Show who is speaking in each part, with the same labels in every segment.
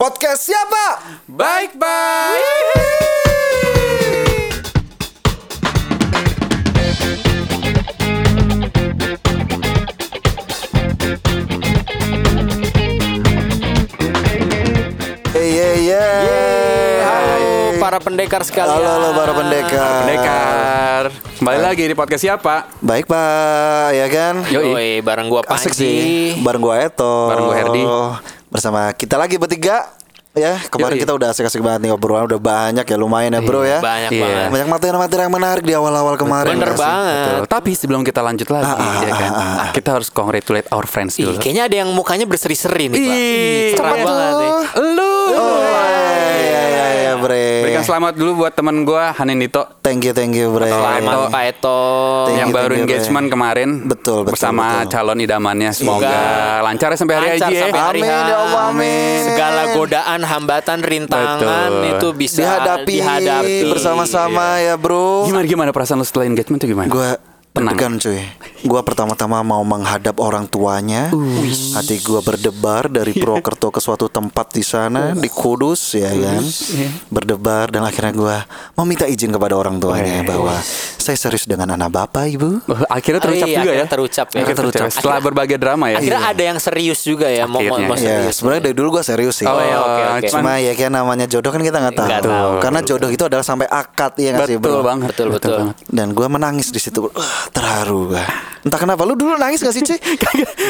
Speaker 1: podcast siapa?
Speaker 2: Baik, Pak.
Speaker 1: Hey, yeah, yeah.
Speaker 3: Halo para pendekar sekalian.
Speaker 1: Halo, halo, para pendekar.
Speaker 2: Pendekar. Kembali lagi di podcast siapa?
Speaker 1: Baik pak, ya kan?
Speaker 2: Yoi.
Speaker 3: Yoi, bareng gua Panji.
Speaker 1: Asik sih. Bareng gua Eto.
Speaker 2: Bareng gua Herdi.
Speaker 1: Bersama kita lagi bertiga. Ya, kemarin
Speaker 2: Yoi.
Speaker 1: kita udah asik-asik banget nih obrolan udah banyak ya lumayan ya bro ya.
Speaker 3: Banyak
Speaker 2: Iya.
Speaker 3: banget.
Speaker 1: Banyak materi-materi yang menarik di awal-awal kemarin. ya
Speaker 3: Bener
Speaker 1: sih.
Speaker 3: banget.
Speaker 1: Betul. Ah,
Speaker 2: Tapi sebelum kita lanjut lagi, ya kan, kita harus congratulate our friends
Speaker 1: Iya.
Speaker 3: Ih,
Speaker 2: dulu.
Speaker 3: kayaknya ada yang mukanya berseri-seri nih, Pak.
Speaker 2: Ih,
Speaker 3: Cerah
Speaker 2: cepat
Speaker 3: banget nih.
Speaker 2: Lu.
Speaker 1: Oh, iya, iya, iya, bre.
Speaker 2: Berikan selamat dulu buat teman gua Hanin Dito
Speaker 1: Thank you, thank you, bre.
Speaker 3: Selamat
Speaker 2: Eto.
Speaker 3: Pak Eto.
Speaker 1: Thank
Speaker 2: yang
Speaker 1: you,
Speaker 2: baru
Speaker 1: thank you,
Speaker 2: engagement
Speaker 1: Bre.
Speaker 2: kemarin
Speaker 1: Betul, betul,
Speaker 2: bersama
Speaker 1: betul.
Speaker 2: calon idamannya semoga
Speaker 3: Iya.
Speaker 2: lancar sampai hari
Speaker 3: Lancar
Speaker 2: haji ya.
Speaker 3: sampai hari
Speaker 1: Amin,
Speaker 3: H.
Speaker 1: ya Allah, amin.
Speaker 3: Segala godaan, hambatan, rintangan
Speaker 2: Betul.
Speaker 3: itu bisa
Speaker 1: Dihadapi,
Speaker 3: dihadapi.
Speaker 1: bersama-sama ya bro.
Speaker 2: Gimana gimana perasaan lu setelah engagement itu gimana?
Speaker 1: Gue
Speaker 2: Tenang.
Speaker 1: deg-degan cuy Gue pertama-tama mau menghadap orang tuanya Hati gue berdebar dari Purwokerto ke suatu tempat di sana Di Kudus ya kan Berdebar dan akhirnya gue meminta izin kepada orang tuanya Bahwa saya serius dengan anak bapak ibu
Speaker 2: Oh, akhirnya
Speaker 3: Oh,
Speaker 2: terucap
Speaker 3: iya,
Speaker 2: juga ya.
Speaker 3: akhirnya terucap ya.
Speaker 2: Akhirnya terucap.
Speaker 3: Akhirnya-
Speaker 2: Setelah berbagai drama ya.
Speaker 3: Akhirnya ada yang serius juga ya, mau mau
Speaker 2: Akhirnya.
Speaker 3: mau
Speaker 1: Ya
Speaker 3: serius.
Speaker 1: sebenarnya dari dulu gue serius sih
Speaker 2: Oh, iya, oke, oke.
Speaker 1: Cuma ya kan namanya jodoh kan kita nggak tahu.
Speaker 3: Nggak tahu.
Speaker 1: Karena jodoh itu adalah sampai akad ya nggak sih
Speaker 2: betul,
Speaker 1: bro
Speaker 2: banget.
Speaker 3: Betul, betul.
Speaker 2: banget.
Speaker 1: Dan gue menangis di situ Wah, Terharu gue Entah kenapa Lu dulu nangis gak sih Ci?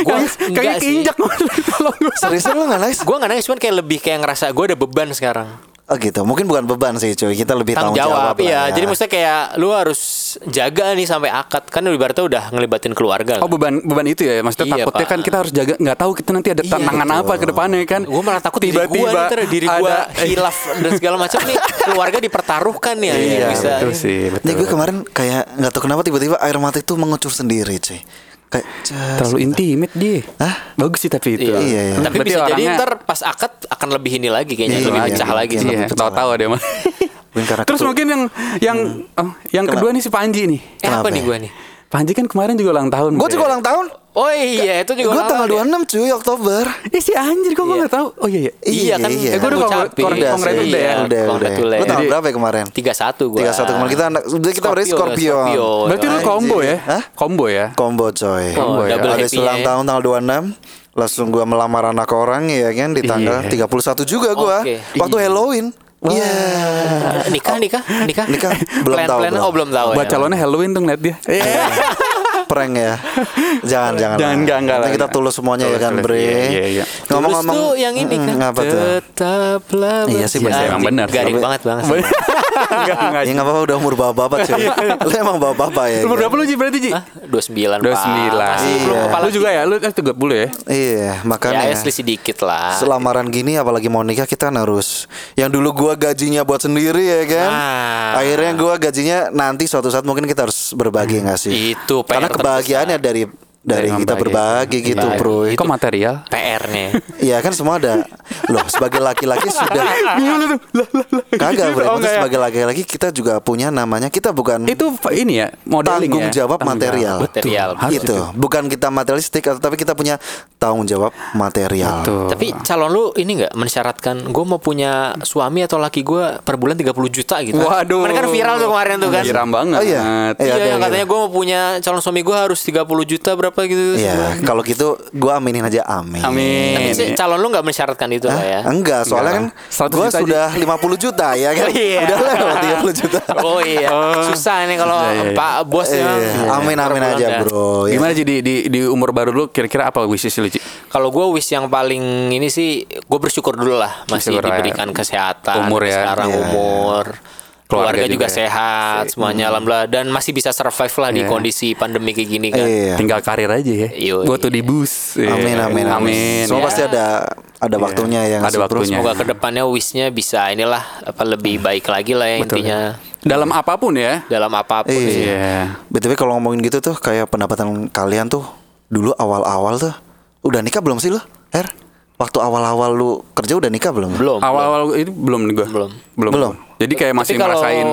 Speaker 3: Gua
Speaker 2: Kayaknya
Speaker 3: enggak sih.
Speaker 2: keinjak Tolong gua.
Speaker 1: Seriusnya lu gak nangis?
Speaker 3: Gue nggak nangis cuman kayak lebih kayak ngerasa gue ada beban sekarang.
Speaker 1: Oh gitu, mungkin bukan beban sih cuy Kita lebih
Speaker 3: tanggung
Speaker 1: tanggung, lah
Speaker 3: jawab,
Speaker 1: ya.
Speaker 3: iya. Jadi maksudnya kayak lu harus jaga nih sampai akad kan ibaratnya udah ngelibatin keluarga.
Speaker 2: Oh beban beban itu ya maksudnya
Speaker 3: Iya,
Speaker 2: takutnya
Speaker 3: Pak.
Speaker 2: kan kita harus jaga nggak tahu kita nanti ada tantangan apa ke depannya kan.
Speaker 3: gue malah takut diri gue
Speaker 2: tiba-tiba
Speaker 3: ntar diri gue
Speaker 2: ada-
Speaker 3: hilaf dan segala macam nih keluarga dipertaruhkan ya.
Speaker 1: Iya,
Speaker 3: bisa.
Speaker 2: Betul sih. Betul.
Speaker 1: Nih gue kemarin kayak nggak tahu kenapa tiba-tiba air mata itu mengucur sendiri cuy Kayak cas.
Speaker 2: Terlalu intimate dia.
Speaker 1: Hah?
Speaker 2: Bagus sih tapi itu.
Speaker 3: Iya.
Speaker 1: Iya, iya.
Speaker 3: Tapi
Speaker 2: Berarti
Speaker 3: bisa jadi
Speaker 2: orangnya-
Speaker 3: ntar pas akad akan lebih ini lagi kayaknya
Speaker 1: Iya,
Speaker 3: lebih
Speaker 1: iya,
Speaker 3: pecah
Speaker 1: iya,
Speaker 3: lagi.
Speaker 1: iya.
Speaker 3: Eh, sih.
Speaker 2: Iya,
Speaker 1: lebih
Speaker 2: tahu-tahu dia mah.
Speaker 1: Mungkin karena
Speaker 2: Terus
Speaker 1: ketu-
Speaker 2: mungkin yang yang oh, yang kedua nih si Panji nih.
Speaker 3: Eh apa
Speaker 1: Kenapa
Speaker 3: nih
Speaker 1: ya?
Speaker 3: gue nih?
Speaker 2: Panji kan kemarin juga ulang tahun. gitu ya.
Speaker 1: Gue
Speaker 2: Bre.
Speaker 1: juga ulang tahun
Speaker 3: Oh iya itu
Speaker 1: Gue
Speaker 3: juga. ulang
Speaker 1: tanggal
Speaker 3: tahun ya?
Speaker 1: 26 cuy Oktober
Speaker 2: Ih Eh, si anjir kok gue
Speaker 3: Iya.
Speaker 2: nggak tahu. Oh iya iya.
Speaker 3: Iya kan,
Speaker 1: Iya,
Speaker 3: eh,
Speaker 2: gue udah
Speaker 3: ngucapin.
Speaker 2: kongre-
Speaker 1: Udah
Speaker 2: kongre
Speaker 1: sih,
Speaker 2: udah ya.
Speaker 1: Udah udah Lu
Speaker 3: Congratulate.
Speaker 1: tanggal
Speaker 2: Jadi-
Speaker 1: berapa ya kemarin?
Speaker 3: 31 gue.
Speaker 1: 31 kemarin kita anak- udah kita berarti Scorpion.
Speaker 2: Berarti
Speaker 3: Eh,
Speaker 2: lu
Speaker 1: Anjir.
Speaker 2: combo ya?
Speaker 1: Hah?
Speaker 2: Combo ya?
Speaker 1: Combo
Speaker 3: Oh,
Speaker 1: coy
Speaker 2: Combo ya.
Speaker 3: double
Speaker 1: Habis
Speaker 3: happy-nya
Speaker 1: ulang
Speaker 3: ya.
Speaker 1: tahun tanggal 26 Langsung gue melamar anak orang ya kan Di tanggal
Speaker 2: Iya.
Speaker 1: 31 juga gue
Speaker 3: Oke.
Speaker 1: Waktu Halloween Iya
Speaker 3: Eh, nikah nikah nikah
Speaker 1: Nikah, belum
Speaker 3: Plan-
Speaker 1: tahu, Iya.
Speaker 3: plan-
Speaker 1: belum.
Speaker 3: oh belum tahu
Speaker 2: Buat
Speaker 3: ya.
Speaker 2: calonnya Halloween tuh ngeliat dia.
Speaker 1: Eh, prank ya. Jangan jangan.
Speaker 2: Jangan, enggak, enggak
Speaker 1: Nanti
Speaker 2: lah,
Speaker 1: kita
Speaker 2: enggak.
Speaker 1: tulus semuanya ya
Speaker 2: Tulus,
Speaker 1: kan,
Speaker 2: tulus,
Speaker 1: Bre.
Speaker 2: iya, iya, iya.
Speaker 3: Ngomong-ngomong tuh yang ini
Speaker 1: Mm,
Speaker 3: kan.
Speaker 1: Apa tuh?
Speaker 3: Tetaplah
Speaker 1: Iya sih,
Speaker 3: berjalan.
Speaker 1: bener.
Speaker 2: Emang bener.
Speaker 3: Garing
Speaker 1: Tapi-
Speaker 3: banget banget.
Speaker 2: Enggak, enggak.
Speaker 1: Ya enggak apa-apa udah umur bapak-bapak cuy. Lu emang bapak-bapak ya.
Speaker 2: Lu
Speaker 1: kan?
Speaker 2: berapa lu Ji berarti Ji?
Speaker 3: Hah? 29
Speaker 2: 29
Speaker 3: Masih belum kepala
Speaker 2: Lu juga ya? Lu eh, 30 ya?
Speaker 1: Iya,
Speaker 3: Ya,
Speaker 1: makanya.
Speaker 3: ya selisih dikit lah.
Speaker 1: Selamaran gini apalagi mau nikah kita kan harus Yang dulu gua gajinya buat sendiri ya kan
Speaker 3: Nah.
Speaker 1: Akhirnya gua gajinya nanti suatu saat mungkin kita harus berbagi nggak sih
Speaker 3: Itu PR
Speaker 1: Karena kebahagiaannya dari dari
Speaker 2: Dari
Speaker 1: kita
Speaker 2: membagi.
Speaker 1: berbagi gitu
Speaker 3: Berbagi.
Speaker 1: bro
Speaker 2: Kok
Speaker 3: ya?
Speaker 2: material?
Speaker 3: PR-nya.
Speaker 1: Iya kan semua ada Loh sebagai laki-laki sudah
Speaker 2: Bingung lu tuh. Ah, Lah, lah, lah.
Speaker 1: Kagak
Speaker 2: Oh,
Speaker 1: berarti
Speaker 2: enggak ya?
Speaker 1: sebagai laki-laki kita juga punya namanya kita bukan
Speaker 2: Itu ini ya modeling
Speaker 1: Tanggung
Speaker 2: ya?
Speaker 1: jawab material. Gitu.
Speaker 2: Betul.
Speaker 3: Material.
Speaker 2: Harus
Speaker 1: itu bukan kita materialistik atau- tapi kita punya tanggung jawab material.
Speaker 2: Betul.
Speaker 3: Tapi calon lu ini nggak mensyaratkan gue mau punya suami atau laki gue per bulan 30 juta gitu.
Speaker 2: Waduh.
Speaker 3: Kemarin kan viral tuh kemarin tuh kan.
Speaker 2: Viral banget.
Speaker 1: Oh, iya.
Speaker 3: Iya,
Speaker 1: Iya, ada
Speaker 3: yang
Speaker 1: yang
Speaker 3: katanya gue mau punya calon suami gue harus 30 juta berapa gitu.
Speaker 1: Iya, kalau gitu gua aminin aja amin.
Speaker 2: Amin.
Speaker 3: Tapi sih, calon lu nggak mensyaratkan itu lah ya.
Speaker 1: Hah? Enggak, soalnya
Speaker 2: Enggak.
Speaker 1: kan gua
Speaker 2: 100 juta aja.
Speaker 1: sudah 50 juta ya kan.
Speaker 3: Oh, iya.
Speaker 1: Udah lewat 30 juta.
Speaker 3: Oh iya, susah nih kalau
Speaker 2: Iya, iya, iya.
Speaker 3: Pak Bos ya.
Speaker 1: Iya,
Speaker 3: yang
Speaker 1: amin amin
Speaker 3: per bulan
Speaker 1: aja,
Speaker 3: ya.
Speaker 1: Bro. Ya.
Speaker 2: Gimana Ji di, di, di umur baru lu kira-kira apa wishes lu Ji?
Speaker 3: Kalau gue wish yang paling ini sih gue bersyukur dulu lah masih
Speaker 2: Bersyukur ya.
Speaker 3: diberikan kesehatan
Speaker 2: Umur ya.
Speaker 3: sekarang
Speaker 1: Iya.
Speaker 3: umur keluarga,
Speaker 2: Keluarga
Speaker 3: juga,
Speaker 2: juga ya. Hmm.
Speaker 3: sehat semuanya alhamdulillah dan masih bisa survive lah di
Speaker 2: Iya.
Speaker 3: kondisi pandemi kayak gini
Speaker 2: ya?
Speaker 3: kan.
Speaker 1: Iya.
Speaker 2: Tinggal karir aja ya.
Speaker 3: Yoi. Iya.
Speaker 2: Gua tuh di bus. Iya.
Speaker 1: Amin amin
Speaker 2: Amin.
Speaker 1: Semua
Speaker 2: Ya.
Speaker 1: pasti ada ada waktunya ya, yang
Speaker 2: Ada waktunya.
Speaker 3: Semoga kedepannya wishnya bisa inilah apa lebih
Speaker 2: Hmm.
Speaker 3: baik lagi lah ya intinya
Speaker 2: Dalam apapun ya.
Speaker 3: dalam apapun. sih.
Speaker 2: Iya.
Speaker 1: BTW kalau ngomongin gitu tuh kayak pendapatan kalian tuh dulu awal-awal tuh udah nikah belum sih lu? Er, waktu awal-awal lu kerja udah nikah belum?
Speaker 3: Oh, Belum.
Speaker 2: Awal-awal itu belum nih gua.
Speaker 3: Belum.
Speaker 2: Belum.
Speaker 1: Belum.
Speaker 2: Jadi kayak
Speaker 3: Tapi
Speaker 2: masih
Speaker 3: kalau-
Speaker 2: ngerasain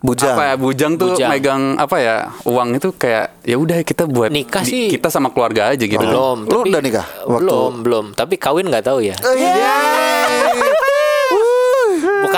Speaker 1: Bujang.
Speaker 2: Apa ya bujang tuh
Speaker 3: Bujang.
Speaker 2: megang apa ya uang itu kayak ya udah kita buat
Speaker 3: Nikah
Speaker 2: di-
Speaker 3: sih.
Speaker 2: kita sama keluarga aja gitu.
Speaker 3: Belum.
Speaker 1: Lu udah nikah waktu-
Speaker 2: Eh.
Speaker 3: Belum belum. Tapi kawin nggak tahu ya.
Speaker 1: Yeay.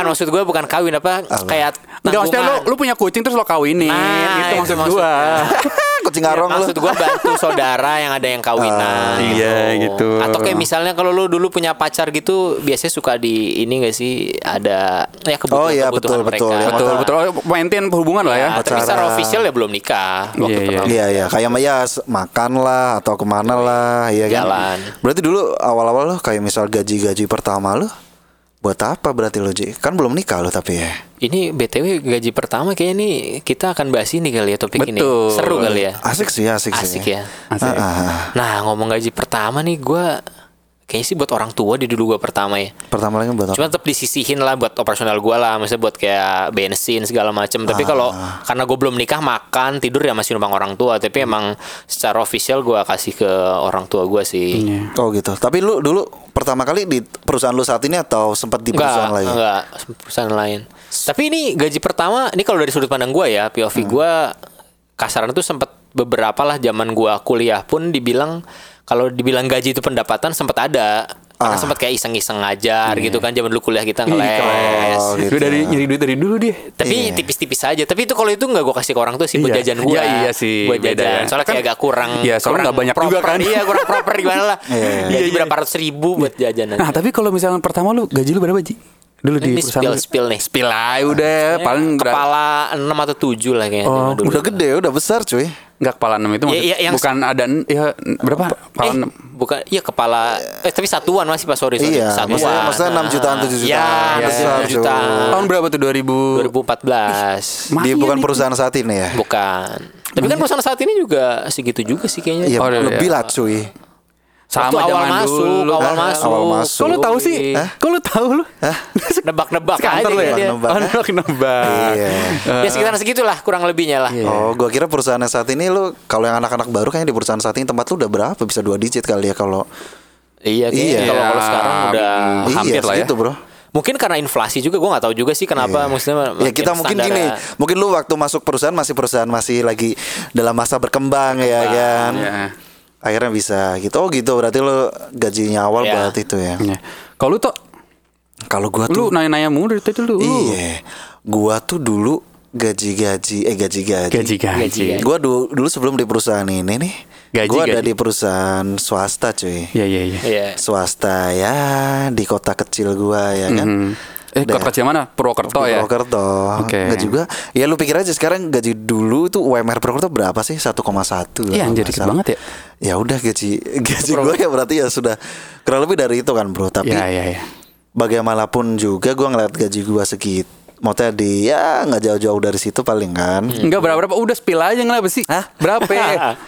Speaker 3: maksud gue bukan kawin apa kayak
Speaker 2: Enggak maksudnya lu,
Speaker 3: tanggungan.
Speaker 2: lu punya kucing terus lo kawinin
Speaker 3: Nah,
Speaker 2: Itu
Speaker 3: itu
Speaker 2: maksud
Speaker 3: maksud-
Speaker 2: gua
Speaker 1: Kucing arong lu.
Speaker 3: maksud gue bantu saudara yang ada yang kawinan
Speaker 2: Ah, iya, gitu.
Speaker 3: atau kayak misalnya kalau lu dulu punya pacar gitu biasanya suka di ini gak sih ada ya kebutuhan,
Speaker 1: Oh, iya,
Speaker 3: kebutuhan
Speaker 1: betul,
Speaker 3: mereka
Speaker 1: betul. Yang
Speaker 2: Betul betul Oh, maintain hubungan lah ya
Speaker 3: Nah, tapi
Speaker 1: Pacaran.
Speaker 3: secara official ya belum nikah waktu
Speaker 2: Iya, iya.
Speaker 3: pertama.
Speaker 1: Iya iya kayak ya s- makan lah atau kemana lah ya kan.
Speaker 3: Jalan.
Speaker 1: Berarti dulu awal-awal lo kayak misal gaji-gaji pertama lo buat apa berarti lo Ji? Kan belum nikah lo tapi ya.
Speaker 3: Ini BTW gaji pertama kayaknya nih kita akan bahas ini kali ya topik ini.
Speaker 2: Betul.
Speaker 3: Seru kali ya.
Speaker 1: Asik sih asik, sih.
Speaker 3: Asik ya.
Speaker 2: Asik.
Speaker 1: Ah, ah, ah.
Speaker 3: Nah, ngomong gaji pertama nih gua kayaknya sih buat orang tua di dulu gua pertama ya.
Speaker 1: Pertama lagi buat apa?
Speaker 3: Cuma tetap disisihin lah buat operasional gua lah, misalnya buat kayak bensin segala macem. Tapi kalau
Speaker 1: Ah.
Speaker 3: karena gue belum nikah makan tidur ya masih numpang orang tua. Tapi emang secara official gua kasih ke orang tua gua sih.
Speaker 2: Iya.
Speaker 1: Oh gitu. Tapi lu dulu pertama kali di perusahaan lu saat ini atau sempat di
Speaker 3: Enggak,
Speaker 1: perusahaan lain?
Speaker 3: enggak perusahaan lain. Tapi ini gaji pertama, ini kalau dari sudut pandang gua ya, POV
Speaker 1: Hmm.
Speaker 3: gua kasaran itu sempat beberapa lah zaman gua kuliah pun dibilang kalau dibilang gaji itu pendapatan sempat ada. Karena
Speaker 1: Ah. Iya.
Speaker 3: sempat kayak iseng-iseng ngajar gitu kan zaman dulu kuliah kita
Speaker 1: kelas.
Speaker 3: ngeles.
Speaker 1: Oh, gitu
Speaker 2: Gua dari
Speaker 1: ya.
Speaker 2: nyari duit dari dulu dia
Speaker 3: Tapi
Speaker 1: Iya.
Speaker 3: tipis-tipis aja. Tapi itu kalau itu nggak gue kasih ke orang tuh sih buat
Speaker 2: Iya.
Speaker 3: jajan gue.
Speaker 2: Iya, iya sih,
Speaker 3: Buat
Speaker 2: beda
Speaker 3: jajan.
Speaker 2: ya.
Speaker 3: Soalnya kayak
Speaker 2: Kan-
Speaker 3: agak kurang.
Speaker 2: Iya, soalnya
Speaker 3: kurang
Speaker 2: nggak banyak juga
Speaker 3: proper.
Speaker 2: kan.
Speaker 3: Iya kurang proper gimana lah.
Speaker 1: Iya, iya.
Speaker 3: Gaji berapa ratus ribu buat jajan aja.
Speaker 2: Nah tapi kalau misalnya pertama lu gaji lu berapa Ji? Dulu di
Speaker 3: ini
Speaker 2: perusahaan
Speaker 3: spill
Speaker 2: lu.
Speaker 3: spill nih.
Speaker 2: Spill aja udah Paling ber-
Speaker 3: kepala 6 atau 7 lah kayaknya.
Speaker 2: Oh,
Speaker 3: dulu.
Speaker 1: Udah gede, udah besar cuy.
Speaker 2: Enggak kepala 6 itu
Speaker 3: Ya,
Speaker 2: maksud,
Speaker 3: ya, yang-
Speaker 2: bukan ada en- ya berapa? Kepala
Speaker 3: Eh,
Speaker 2: enam.
Speaker 3: bukan iya kepala eh tapi satuan masih Pak sorry, sorry.
Speaker 1: Iya,
Speaker 3: satuan.
Speaker 1: maksudnya- maksudnya 6 jutaan, 7 jutaan.
Speaker 3: Iya,
Speaker 1: Besar,
Speaker 3: 7 jutaan.
Speaker 2: Tahun berapa tuh 2000?
Speaker 3: 2014.
Speaker 1: Di
Speaker 2: Masih
Speaker 1: bukan
Speaker 2: ya,
Speaker 1: perusahaan saat ini ya.
Speaker 3: Bukan. Tapi kan perusahaan saat ini juga segitu juga sih kayaknya.
Speaker 1: Iya,
Speaker 2: Oh, iya,
Speaker 1: lebih lah cuy.
Speaker 3: Waktu
Speaker 2: sama
Speaker 3: awal
Speaker 2: zaman
Speaker 3: masuk,
Speaker 2: dulu.
Speaker 3: awal
Speaker 1: Hah?
Speaker 3: masuk.
Speaker 1: Eh,
Speaker 3: Iya.
Speaker 1: Awal masuk. Eh?
Speaker 2: Kok lu tahu sih? Eh?
Speaker 3: Hah?
Speaker 2: Kok lu tahu lu?
Speaker 1: Hah?
Speaker 3: Nebak-nebak aja
Speaker 2: Sekantor lu ya?
Speaker 3: dia.
Speaker 1: Nebak-nebak.
Speaker 2: Oh, nebak-nebak.
Speaker 1: eh? Iya.
Speaker 3: Ya sekitar segitulah kurang lebihnya lah.
Speaker 2: Iya.
Speaker 1: Oh, gua kira perusahaan yang saat ini lu kalau yang anak-anak baru kayaknya di perusahaan saat ini tempat lu udah berapa? Bisa dua digit kali ya kalau
Speaker 3: Iya, kayaknya
Speaker 1: Iya.
Speaker 3: kalau kalau sekarang udah
Speaker 1: Iya,
Speaker 2: hampir lah ya.
Speaker 1: segitu, Bro.
Speaker 3: mungkin karena inflasi juga gua nggak tahu juga sih kenapa maksudnya
Speaker 1: Ya kita mungkin
Speaker 3: standar-
Speaker 1: gini, mungkin lu waktu masuk perusahaan masih perusahaan masih lagi dalam masa berkembang ya kan.
Speaker 2: Iya.
Speaker 1: Akhirnya bisa gitu. Oh gitu berarti lu gajinya awal
Speaker 3: Iya.
Speaker 1: buat itu ya.
Speaker 2: Iya. Kalau lu tuh
Speaker 1: Kalau gua
Speaker 2: lu
Speaker 1: tuh
Speaker 2: nanya-nanya mulu dari tadi lu.
Speaker 1: iya. Gua tuh dulu gaji-gaji eh gaji-gaji.
Speaker 2: Gaji-gaji.
Speaker 1: Gua du- dulu sebelum di perusahaan ini nih,
Speaker 2: Gaji,
Speaker 1: gua ada
Speaker 2: gaji.
Speaker 1: di perusahaan swasta cuy.
Speaker 2: Iya iya iya.
Speaker 3: Iya.
Speaker 1: Swasta ya di kota kecil gua ya kan.
Speaker 2: Hmm. Eh,
Speaker 1: Dan-
Speaker 2: kota kecil mana? Purwokerto ya.
Speaker 1: Purwokerto.
Speaker 2: Oke.
Speaker 1: Enggak juga. Ya lu pikir aja sekarang gaji dulu tuh UMR Purwokerto berapa sih? 1,1 lah,
Speaker 2: Iya,
Speaker 1: kalau
Speaker 2: anjir,
Speaker 1: nggak
Speaker 2: dikit
Speaker 1: salah.
Speaker 2: banget ya.
Speaker 1: Ya udah gaji gaji gue ya berarti ya sudah kurang lebih dari itu kan, Bro. Tapi
Speaker 2: Iya iya iya.
Speaker 1: bagaimanapun juga gua ngeliat gaji gua segit. Maksudnya di ya nggak jauh-jauh dari situ paling kan.
Speaker 2: Enggak berapa berapa udah spill aja nggak sih? Hah? Berapa?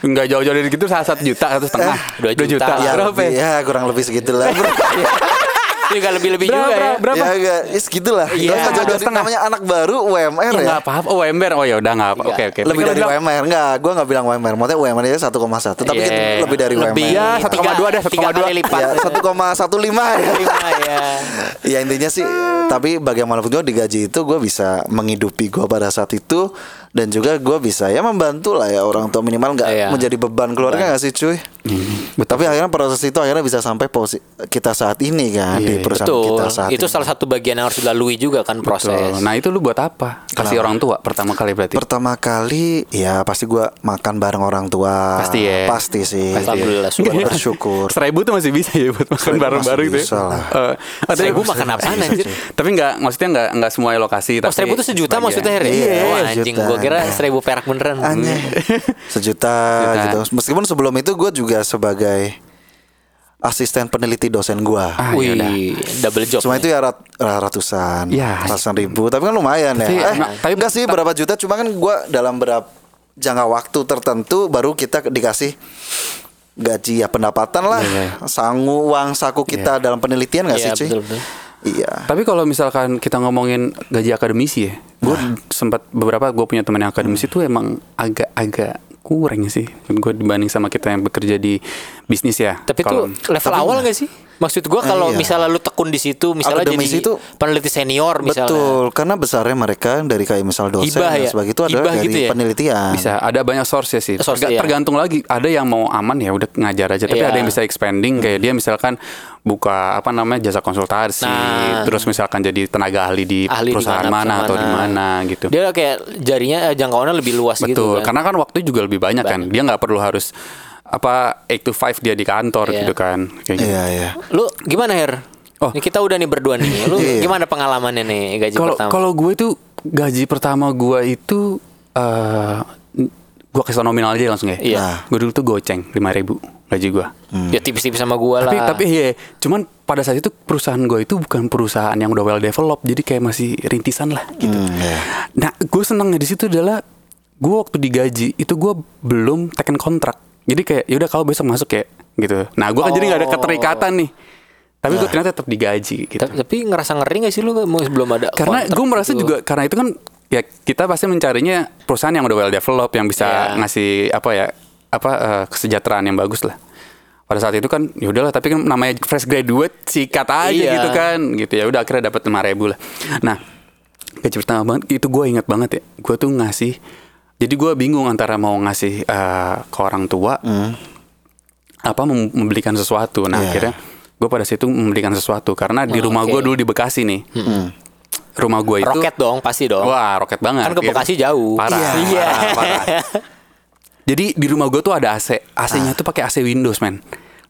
Speaker 2: Enggak jauh-jauh dari gitu satu juta satu setengah
Speaker 3: dua
Speaker 2: dua juta,
Speaker 3: juta.
Speaker 1: Ya,
Speaker 2: berapa?
Speaker 1: lebih- ya kurang lebih segitulah. Bro.
Speaker 3: Ini juga lebih-lebih
Speaker 2: Berapa,
Speaker 3: juga ya.
Speaker 2: ya. berapa?
Speaker 1: Ya enggak, ya segitulah. Nggak
Speaker 3: Iya,
Speaker 1: usah
Speaker 2: dua
Speaker 1: jauh-jauh dari
Speaker 2: setengah.
Speaker 1: namanya anak baru UMR
Speaker 2: Ya,
Speaker 1: ya. Iya.
Speaker 2: nggak apa-apa. Oh ember. Oh ya udah nggak apa. Oke oke.
Speaker 1: Lebih
Speaker 2: Tapi
Speaker 1: dari
Speaker 2: kalau bilang-
Speaker 1: UMR enggak, gua nggak bilang UMR. Maksudnya UMR aja 1,1 tapi
Speaker 3: Iya.
Speaker 1: kita gitu. lebih dari
Speaker 3: Lebih.
Speaker 1: UMR.
Speaker 2: Ya,
Speaker 3: Tiga-
Speaker 2: 1,2 deh,
Speaker 3: tiga
Speaker 2: 1,2.
Speaker 3: kali lipat.
Speaker 1: ya 1,15 ya.
Speaker 3: Terima ya.
Speaker 1: ya intinya sih tapi bagaimanapun gue digaji itu gue bisa menghidupi gue pada saat itu dan juga gue bisa ya membantu lah ya orang tua minimal nggak
Speaker 3: Iya.
Speaker 1: menjadi beban keluarga nggak sih cuy tapi akhirnya proses itu akhirnya bisa sampai posi kita saat ini kan di perusahaan
Speaker 3: Betul.
Speaker 1: kita saat
Speaker 3: Itu
Speaker 1: ini.
Speaker 3: salah satu bagian yang harus dilalui juga kan proses.
Speaker 2: Tuh, Nah itu lu buat apa? Kasih orang tua pertama kali berarti.
Speaker 1: pertama kali ya pasti gue makan bareng orang tua
Speaker 2: Pasti ya.
Speaker 1: pasti sih
Speaker 3: Alhamdulillah, syukur.
Speaker 1: Gua bersyukur
Speaker 2: Seribu tuh masih bisa ya buat makan
Speaker 1: Seribu
Speaker 2: bareng-bareng Eh,
Speaker 1: masih
Speaker 2: tuh.
Speaker 1: bisa lah.
Speaker 3: Seribu makan apaan, anjir?
Speaker 2: Tapi nggak maksudnya nggak nggak semua lokasi.
Speaker 3: Oh, seribu itu sejuta maksudnya Her?
Speaker 1: Iya,
Speaker 3: Oh, anjing,
Speaker 1: sejuta.
Speaker 3: gua kira seribu perak beneran.
Speaker 1: Aneh. Iya. Sejuta,
Speaker 2: Sejuta.
Speaker 1: gitu. Meskipun sebelum itu gue juga sebagai asisten peneliti dosen gue.
Speaker 2: Ah,
Speaker 3: Wih,
Speaker 2: yaudah.
Speaker 3: double job.
Speaker 1: Cuma itu ya rat- ratusan,
Speaker 2: Ya.
Speaker 3: Iya,
Speaker 1: ratusan ribu. Tapi kan lumayan
Speaker 2: Tapi
Speaker 1: ya. Eh,
Speaker 2: enak. Tapi-
Speaker 1: enggak sih berapa juta? Cuma kan gue dalam berapa jangka waktu tertentu baru kita dikasih gaji ya pendapatan lah, sangu uang saku kita dalam penelitian nggak
Speaker 3: Iya,
Speaker 1: sih, Ci?
Speaker 3: betul, betul.
Speaker 1: Iya.
Speaker 2: Tapi kalau misalkan kita ngomongin gaji akademisi ya, gue
Speaker 3: Nah.
Speaker 2: sempat beberapa gue punya teman yang akademisi
Speaker 3: Hmm.
Speaker 2: itu emang agak-agak kurang sih. Gue dibanding sama kita yang bekerja di bisnis ya.
Speaker 3: Tapi itu
Speaker 2: Kalau-
Speaker 3: level awal gak sih? Maksud gua kalau
Speaker 1: iya.
Speaker 3: misalnya lu tekun di situ, misalnya
Speaker 1: Akademis
Speaker 3: jadi
Speaker 1: itu-
Speaker 3: peneliti senior misalnya.
Speaker 1: Betul, karena besarnya mereka dari kayak misal dosen
Speaker 3: Hibah
Speaker 1: dan
Speaker 3: ya?
Speaker 1: sebagainya itu adalah
Speaker 3: Hibah
Speaker 1: dari
Speaker 3: gitu ya?
Speaker 1: penelitian.
Speaker 2: bisa ada banyak source ya sih
Speaker 3: Source,
Speaker 2: Terga-
Speaker 3: iya.
Speaker 2: tergantung lagi ada yang mau aman ya udah ngajar aja tapi
Speaker 3: Iya. Hmm.
Speaker 2: ada yang bisa expanding kayak dia misalkan buka apa namanya jasa konsultasi
Speaker 3: Nah.
Speaker 2: terus misalkan jadi tenaga ahli di
Speaker 3: Ahli di
Speaker 2: Gitu. perusahaan
Speaker 3: mana,
Speaker 2: mana atau di mana
Speaker 3: perusahaan.
Speaker 2: gitu
Speaker 3: Dia kayak jarinya eh, jangkauannya lebih luas gitu.
Speaker 2: betul
Speaker 3: kan.
Speaker 2: karena kan waktu juga lebih banyak kan dia nggak perlu harus apa 8 to 5 dia di kantor
Speaker 3: Iya.
Speaker 2: gitu kan kayak gitu.
Speaker 1: Iya, iya.
Speaker 3: Lu gimana Her?
Speaker 2: Oh.
Speaker 3: Nih kita udah nih berdua nih. Lu
Speaker 1: Iya.
Speaker 3: gimana pengalamannya nih gaji
Speaker 2: Kalau
Speaker 3: pertama?
Speaker 2: kalau gue tuh gaji pertama gue itu eh gue kasih tau nominal aja langsung ya.
Speaker 3: Iya.
Speaker 1: Nah.
Speaker 2: Gue dulu tuh goceng 5000 gaji gue.
Speaker 3: Ya tipis-tipis sama gua lah.
Speaker 2: Tapi tapi iya, cuman pada saat itu perusahaan gue itu bukan perusahaan yang udah well developed, jadi kayak masih rintisan lah gitu.
Speaker 1: Hmm, iya.
Speaker 2: Nah, gue senangnya di situ adalah gue waktu digaji itu gue belum teken kontrak. Jadi kayak yaudah kalau besok masuk ya gitu. Nah, gue kan jadi nggak ada keterikatan nih. Tapi gue ternyata tetap digaji gitu.
Speaker 3: Ta- tapi ngerasa ngeri gak sih lu mau belum ada
Speaker 2: karena
Speaker 3: kontrak
Speaker 2: gue merasa
Speaker 3: gitu?
Speaker 2: juga karena itu kan ya kita pasti mencarinya perusahaan yang udah well developed yang bisa
Speaker 3: Iya.
Speaker 2: ngasih apa ya apa eh, kesejahteraan yang bagus lah pada saat itu kan ya udahlah tapi kan namanya fresh graduate sikat aja
Speaker 3: Iya.
Speaker 2: gitu kan gitu ya udah akhirnya dapat lima ribu lah nah gaji pertama banget itu gue ingat banget ya gue tuh ngasih jadi gue bingung antara mau ngasih eh, ke orang tua
Speaker 3: Hmm.
Speaker 2: apa mem- membelikan sesuatu. Nah
Speaker 1: Iya.
Speaker 2: akhirnya gue pada situ membelikan sesuatu karena di
Speaker 3: Oh,
Speaker 2: rumah
Speaker 3: oke.
Speaker 2: gue dulu di Bekasi nih. Rumah gue itu
Speaker 3: roket dong pasti dong.
Speaker 2: Wah roket banget.
Speaker 3: Kan ke
Speaker 2: Iya.
Speaker 3: Bekasi jauh.
Speaker 2: Parah.
Speaker 3: Iya.
Speaker 2: parah,
Speaker 3: Iya.
Speaker 2: parah. Jadi di rumah gue tuh ada AC. AC-nya
Speaker 1: Ah.
Speaker 2: tuh pakai AC Windows men.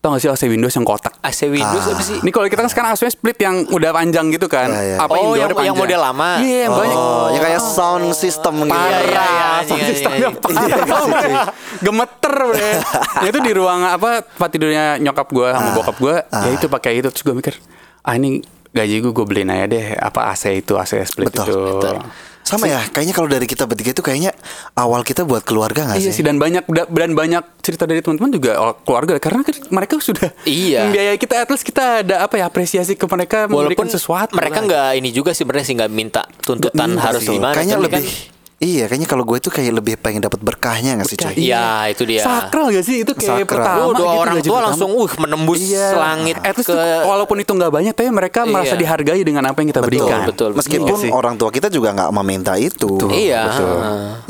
Speaker 2: Tau gak sih AC Windows yang kotak?
Speaker 3: AC Windows apa sih?
Speaker 2: Ini kalau kita kan sekarang AC split yang udah panjang gitu kan.
Speaker 1: Iya, iya.
Speaker 2: Apa
Speaker 3: Oh,
Speaker 2: indoornya
Speaker 3: yang- yang
Speaker 2: panjang.
Speaker 3: model lama.
Speaker 2: Iya yang banyak.
Speaker 1: Oh, ya kayak sound system gitu.
Speaker 2: Parah,
Speaker 3: Iya, iya, iya,
Speaker 2: sound
Speaker 3: iya, iya,
Speaker 2: systemnya
Speaker 3: iya.
Speaker 2: parah. Gemeter, bre. Ya itu di ruang apa tempat tidurnya nyokap gue sama
Speaker 3: Ah.
Speaker 2: bokap gue. Ya itu pakai itu terus gue mikir, ah ini gaji gue gue beliin aja deh apa AC itu AC split
Speaker 1: Betul,
Speaker 2: itu.
Speaker 3: betul.
Speaker 1: Sama ya, kayaknya kalau dari kita bertiga itu kayaknya awal kita buat keluarga nggak
Speaker 2: Iya
Speaker 1: sih?
Speaker 2: sih dan banyak da- dan banyak cerita dari teman-teman juga oh, keluarga karena kan mereka sudah
Speaker 3: Iya.
Speaker 2: membiayai kita at least kita ada apa ya apresiasi ke mereka
Speaker 3: Walaupun
Speaker 2: memberikan sesuatu
Speaker 3: mereka
Speaker 2: lah.
Speaker 3: nggak ini juga sebenarnya sih nggak minta tuntutan
Speaker 2: Nggak minta
Speaker 3: harus
Speaker 2: Iya sih.
Speaker 3: gimana.
Speaker 1: kayaknya
Speaker 3: tapi
Speaker 1: lebih
Speaker 3: kan-
Speaker 1: Iya, kayaknya kalau gue itu kayak lebih pengen dapat berkahnya nggak sih,
Speaker 2: Berkah,
Speaker 1: cuy?
Speaker 3: Iya itu dia.
Speaker 2: sakral gak sih itu kayak
Speaker 1: Sakral.
Speaker 2: pertama
Speaker 3: Lu doa
Speaker 2: gitu,
Speaker 3: orang
Speaker 2: gaji
Speaker 3: tua
Speaker 2: pertama.
Speaker 3: langsung uh menembus
Speaker 2: Iya.
Speaker 3: langit
Speaker 2: At least
Speaker 3: ke
Speaker 2: tuh, walaupun itu nggak banyak tapi mereka merasa
Speaker 3: Iya.
Speaker 2: dihargai dengan apa yang kita berikan
Speaker 3: betul, betul.
Speaker 1: Meskipun
Speaker 2: Iya sih.
Speaker 1: orang tua kita juga nggak meminta itu.
Speaker 3: Iya.
Speaker 2: Betul.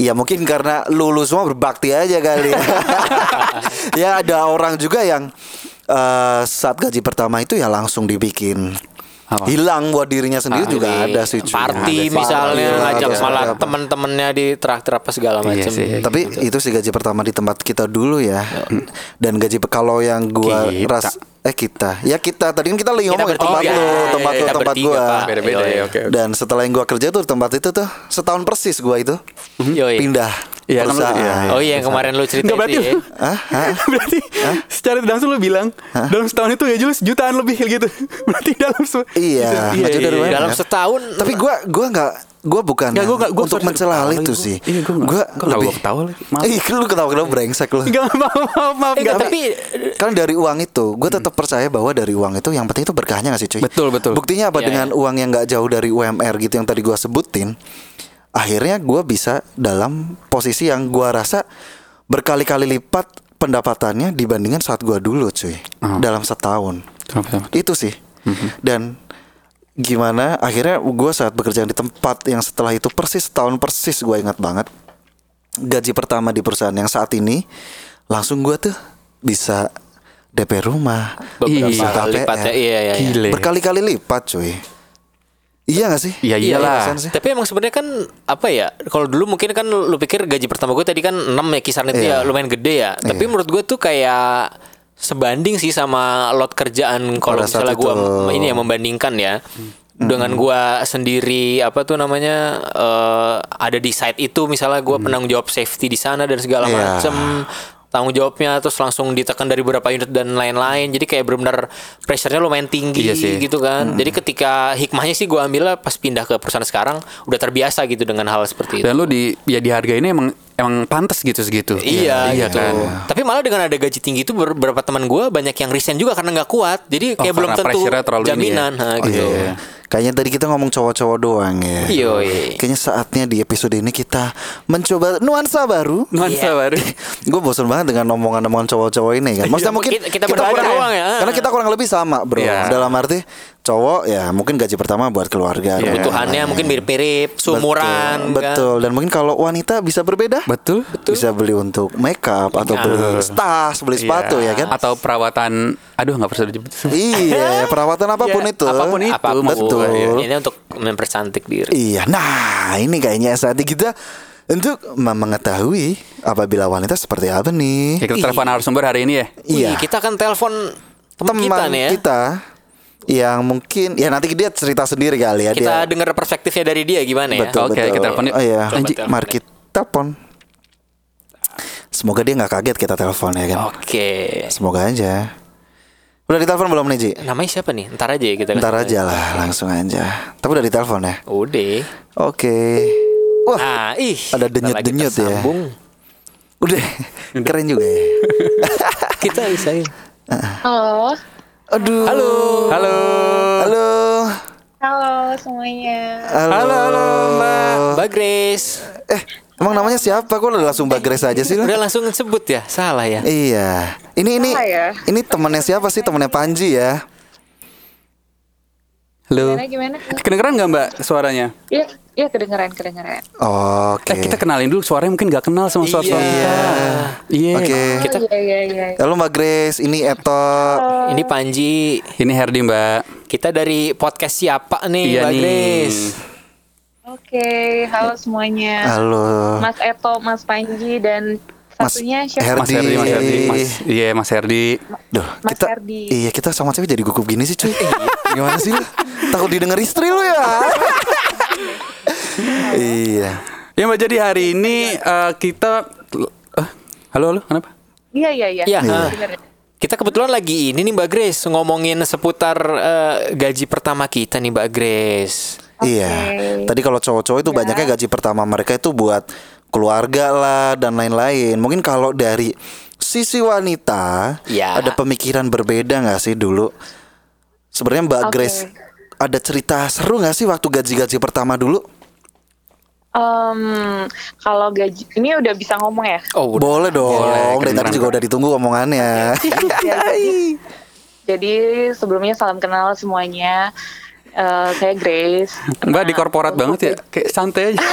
Speaker 1: Ya mungkin karena lulus semua berbakti aja kali. ya. ya ada orang juga yang eh, saat gaji pertama itu ya langsung dibikin
Speaker 2: Apa?
Speaker 1: hilang buat dirinya sendiri juga
Speaker 3: Jadi,
Speaker 1: ada sih. cuy.
Speaker 3: Ah, Party
Speaker 2: Ada sih.
Speaker 3: misalnya
Speaker 1: Party,
Speaker 3: ngajak
Speaker 1: ada,
Speaker 3: malah
Speaker 1: ada.
Speaker 3: teman-temannya di traktir apa segala
Speaker 2: Iya
Speaker 3: macam.
Speaker 2: sih.
Speaker 1: Tapi itu sih gaji pertama di tempat kita dulu ya. Dan gaji pe- kalau yang gua
Speaker 2: Kita.
Speaker 1: ras eh kita. Ya kita tadi kan kita lagi
Speaker 3: Kita
Speaker 1: ngomong ya, tempat
Speaker 3: bertiga.
Speaker 1: lu, tempat
Speaker 3: Iya,
Speaker 1: lu,
Speaker 3: kita
Speaker 1: tempat
Speaker 3: bertiga,
Speaker 1: gua. Iya,
Speaker 3: Pak. Beda-beda
Speaker 2: iya,
Speaker 3: ya, oke,
Speaker 1: Dan setelah yang gua kerja tuh tempat itu tuh setahun persis gua itu.
Speaker 3: Yoi.
Speaker 1: Pindah.
Speaker 2: Iya, kan lu-
Speaker 1: perusahaan.
Speaker 2: iya, iya.
Speaker 3: Oh iya yang kemarin lu cerita
Speaker 2: Nggak berarti
Speaker 3: itu ya.
Speaker 2: lu- berarti secara tidak langsung lu bilang dalam setahun itu ya jelas jutaan lebih gitu berarti dalam se-
Speaker 1: Iya,
Speaker 2: gitu.
Speaker 1: nggak jauh dari
Speaker 2: iya.
Speaker 1: mana.
Speaker 3: Dalam setahun
Speaker 1: Tapi gua gua nggak gua bukan
Speaker 2: Nggak, gua nggak- gua
Speaker 1: untuk
Speaker 2: sorry,
Speaker 1: mencela hal
Speaker 2: ketawa
Speaker 1: itu
Speaker 2: lagi.
Speaker 1: sih.
Speaker 2: Iya, gua nggak- gua nggak- gua ketawa lagi. Maaf.
Speaker 1: Ih, lu ketawa-ketawa brengsek lu.
Speaker 2: Nggak, maaf maaf maaf
Speaker 3: Eh,
Speaker 2: nggak.
Speaker 3: tapi
Speaker 1: Kan dari uang itu, gue tetap percaya bahwa dari uang itu yang penting itu berkahnya gak sih cuy?
Speaker 2: Betul, betul.
Speaker 1: Buktinya apa
Speaker 3: Iya,
Speaker 1: dengan
Speaker 3: iya.
Speaker 1: uang yang gak jauh dari UMR gitu yang tadi gue sebutin, akhirnya gue bisa dalam posisi yang gue rasa berkali-kali lipat pendapatannya dibandingkan saat gue dulu cuy, dalam setahun.
Speaker 2: Betul, betul, betul.
Speaker 1: Itu sih. Dan gimana akhirnya gue saat bekerja di tempat yang setelah itu persis tahun persis gue ingat banget gaji pertama di perusahaan yang saat ini langsung gue tuh bisa DP rumah
Speaker 3: beberapa
Speaker 1: bisa
Speaker 3: kali
Speaker 1: KPR.
Speaker 3: lipatnya iya iya. iya.
Speaker 2: Gile.
Speaker 1: berkali-kali lipat cuy iya gak sih
Speaker 2: Ya iyalah.
Speaker 1: Iya, sih.
Speaker 3: Tapi emang sebenarnya kan apa ya? Kalau dulu mungkin kan lu pikir gaji pertama gue tadi kan 6 ya kisaran itu
Speaker 1: Iya.
Speaker 3: ya lumayan gede ya. Tapi
Speaker 1: Iya.
Speaker 3: menurut gue tuh kayak sebanding sih sama lot kerjaan kalau
Speaker 1: Pada saat
Speaker 3: misalnya gue
Speaker 1: itu. Hmm.
Speaker 3: ini ya membandingkan ya. Dengan gua sendiri apa tuh namanya eh, ada di site itu misalnya gua penanggung jawab safety di sana dan segala
Speaker 1: Hmm. Iya.
Speaker 3: macem tanggung jawabnya terus langsung ditekan dari beberapa unit dan lain-lain jadi kayak benar-benar pressure-nya lumayan tinggi
Speaker 2: Iya sih.
Speaker 3: gitu kan. Jadi ketika hikmahnya sih gua ambilnya pas pindah ke perusahaan sekarang udah terbiasa gitu dengan hal seperti itu.
Speaker 2: dan lu di ya dihargainnya emang emang pantas gitu segitu
Speaker 3: Iya,
Speaker 2: iya
Speaker 3: gitu.
Speaker 2: kan
Speaker 3: Tapi malah dengan ada gaji tinggi itu beberapa teman gua banyak yang resign juga karena nggak kuat. Jadi
Speaker 2: Oh,
Speaker 3: kayak belum
Speaker 2: karena
Speaker 3: tentu
Speaker 2: pressure-nya terlalu ini ya?
Speaker 3: jaminan, nah,
Speaker 2: Oh,
Speaker 3: gitu.
Speaker 2: iya, iya.
Speaker 1: Kayaknya tadi kita ngomong cowok-cowok doang ya.
Speaker 3: Yoi.
Speaker 1: Kayaknya saatnya di episode ini kita mencoba nuansa baru.
Speaker 3: Iya.
Speaker 2: Nuansa baru.
Speaker 1: Gue bosan banget dengan omongan-omongan cowok-cowok ini kan. Maksudnya mungkin
Speaker 3: Kita- kita berdua
Speaker 1: kurang,
Speaker 3: doang ya.
Speaker 1: Karena kita kurang lebih sama, Bro.
Speaker 2: Iya.
Speaker 1: Dalam arti cowok ya mungkin gaji pertama buat keluarga.
Speaker 2: Iya.
Speaker 3: Kebutuhannya
Speaker 1: Nah,
Speaker 3: mungkin kan. mirip-mirip,
Speaker 1: Betul,
Speaker 3: sumuran.
Speaker 1: betul. Dan mungkin kalau wanita bisa berbeda.
Speaker 2: Betul.
Speaker 1: Bisa beli untuk makeup atau beli tas, beli sepatu
Speaker 2: Iya.
Speaker 1: ya kan?
Speaker 2: Atau perawatan aduh nggak perlu disebut.
Speaker 1: iya, perawatan apapun
Speaker 2: Iya,
Speaker 1: itu.
Speaker 2: apapun itu,
Speaker 1: Apapun
Speaker 2: mau
Speaker 1: betul.
Speaker 2: gua, iya.
Speaker 3: kan. Ini untuk mempercantik diri.
Speaker 1: Iya. Nah, ini kayaknya saatnya kita untuk mem- mengetahui apabila wanita seperti apa
Speaker 2: Ya,
Speaker 1: nih.
Speaker 2: kita telepon narasumber hari ini ya.
Speaker 1: Iya.
Speaker 3: Wih, kita akan telepon teman kita nih ya. Kita,
Speaker 1: kita yang mungkin ya nanti dia cerita sendiri kali ya dia.
Speaker 3: dengar perspektifnya dari dia gimana ya.
Speaker 1: Betul,
Speaker 2: Oke,
Speaker 1: betul.
Speaker 2: kita telepon yuk.
Speaker 1: Oh iya,
Speaker 2: Coba
Speaker 1: Anji,
Speaker 3: telepon
Speaker 1: mari
Speaker 3: deh.
Speaker 1: kita telepon. Semoga dia nggak kaget kita telepon ya kan.
Speaker 3: Oke.
Speaker 1: Semoga aja. Udah ditelepon belum nih, Ji?
Speaker 3: Namanya siapa nih? Ntar aja ya kita.
Speaker 1: Ntar aja lah, langsung aja. Tapi udah ditelepon ya.
Speaker 3: Udah.
Speaker 1: Oke. Wah,
Speaker 3: Ah, ih.
Speaker 1: Ada
Speaker 3: bentar lagi
Speaker 1: denyut-denyut ya.
Speaker 3: tersambung.
Speaker 1: udah keren juga ya.
Speaker 3: Kita bisa. ya.
Speaker 4: Halo,
Speaker 1: Aduh. Halo.
Speaker 2: Halo.
Speaker 1: Halo.
Speaker 4: halo semuanya.
Speaker 1: Halo. Halo, Mbak.
Speaker 3: Mbak Grace.
Speaker 1: Eh, emang namanya siapa? Kok udah langsung Mbak Grace aja sih lu?
Speaker 3: Udah langsung sebut ya. Salah ya.
Speaker 1: Iya. Ini ini
Speaker 4: Salah ya?
Speaker 1: ini temennya siapa sih? Temennya Panji ya.
Speaker 2: Halo.
Speaker 4: Gimana gimana?
Speaker 2: Kedengeran nggak Mbak suaranya?
Speaker 4: Iya, iya kedengeran kedengeran.
Speaker 1: Oke.
Speaker 2: Eh, kita kenalin dulu suaranya mungkin nggak kenal sama suara-suara
Speaker 3: Iya.
Speaker 2: kita. Iya.
Speaker 1: Oke.
Speaker 4: Kita... Oh, iya iya iya.
Speaker 1: Halo Mbak Grace, ini Eto.
Speaker 3: Ini Panji.
Speaker 2: Ini Herdi Mbak.
Speaker 3: Kita dari podcast siapa nih,
Speaker 2: Iya
Speaker 3: Mbak
Speaker 2: nih.
Speaker 3: Grace?
Speaker 4: Oke, halo semuanya.
Speaker 1: Halo.
Speaker 4: Mas Eto, Mas Panji dan
Speaker 1: Mas
Speaker 4: satunya
Speaker 1: Herdi.
Speaker 4: siapa?
Speaker 2: Mas Herdi, Mas Herdi, Mas. Iya, Mas Herdi.
Speaker 1: Duh,
Speaker 4: Mas
Speaker 1: kita
Speaker 4: Herdi.
Speaker 1: Iya, kita sama cewek jadi gugup gini sih, cuy. Eh, Gimana sih lu? Takut didengar istri lu ya. iya.
Speaker 2: Ya Mbak, jadi hari ini eh, kita eh, Halo, halo, kenapa?
Speaker 4: Iya iya iya.
Speaker 3: Iya.
Speaker 1: Iya.
Speaker 4: Bener.
Speaker 3: Kita kebetulan lagi ini nih Mbak Grace ngomongin seputar eh, gaji pertama kita nih Mbak Grace.
Speaker 1: Iya. Tadi kalau cowok-cowok
Speaker 2: Iya.
Speaker 1: itu banyaknya gaji pertama mereka itu buat keluarga lah dan lain-lain. Mungkin kalau dari sisi wanita
Speaker 3: Ya.
Speaker 2: Iya.
Speaker 1: ada pemikiran berbeda nggak sih dulu? Sebenarnya Mbak
Speaker 4: Oke.
Speaker 1: Grace ada cerita seru nggak sih waktu gaji-gaji pertama dulu?
Speaker 4: Em, kalau gaji ini udah bisa ngomong ya.
Speaker 3: Oh, udah.
Speaker 1: Boleh dong.
Speaker 2: Boleh,
Speaker 1: Dari tadi
Speaker 2: kedengeran.
Speaker 1: juga udah ditunggu omongannya.
Speaker 4: Jadi sebelumnya salam kenal semuanya. Eh, saya Grace.
Speaker 2: Mbak di korporat banget ya, kayak santai aja.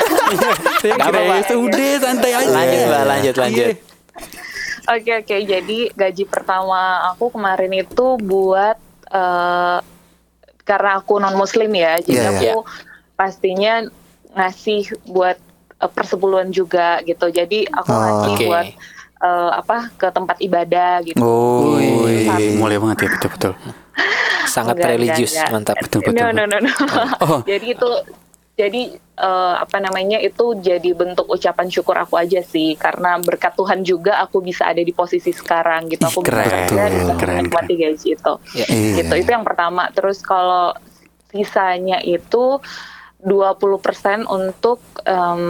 Speaker 2: Saya
Speaker 3: Nggak
Speaker 2: kira
Speaker 3: apa-apa.
Speaker 2: ya, udah santai aja.
Speaker 3: lanjut Mbak, lanjut lanjut.
Speaker 2: Iya.
Speaker 4: Oke oke, jadi gaji pertama aku kemarin itu buat eh, karena aku non muslim ya, jadi
Speaker 1: Iya,
Speaker 3: iya.
Speaker 4: aku pastinya ngasih buat eh, persepuluhan juga gitu. Jadi aku
Speaker 1: Oh.
Speaker 4: ngasih
Speaker 3: Oke.
Speaker 4: buat eh, apa ke tempat ibadah gitu.
Speaker 1: Oh,
Speaker 2: Wih, mulai banget ya, betul betul.
Speaker 3: Sangat
Speaker 4: Enggak,
Speaker 3: religius,
Speaker 4: enggak, enggak.
Speaker 3: mantap.
Speaker 2: Betul betul.
Speaker 4: No no no no.
Speaker 2: Oh.
Speaker 4: jadi itu jadi eh, apa namanya itu jadi bentuk ucapan syukur aku aja sih karena berkat Tuhan juga aku bisa ada di posisi sekarang gitu.
Speaker 2: Ih,
Speaker 4: Aku
Speaker 2: keren,
Speaker 4: bekerja dan bisa
Speaker 2: keren,
Speaker 4: menikmati gaji itu.
Speaker 3: Iya.
Speaker 1: Iya.
Speaker 4: Gitu itu yang pertama. Terus kalau sisanya itu 20% untuk em,